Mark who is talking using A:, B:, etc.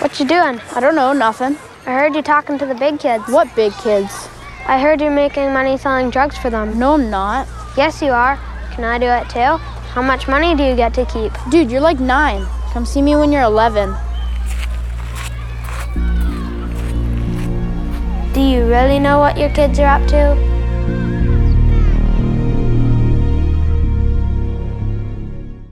A: What you doing?
B: I don't know, nothing.
A: I heard you talking to the big kids.
B: What big kids?
A: I heard you making money selling drugs for them.
B: No, I'm not.
A: Yes, you are. Can I do it too? How much money do you get to keep?
B: Dude, you're like nine. Come see me when you're 11.
A: Do you really know what your kids are up to?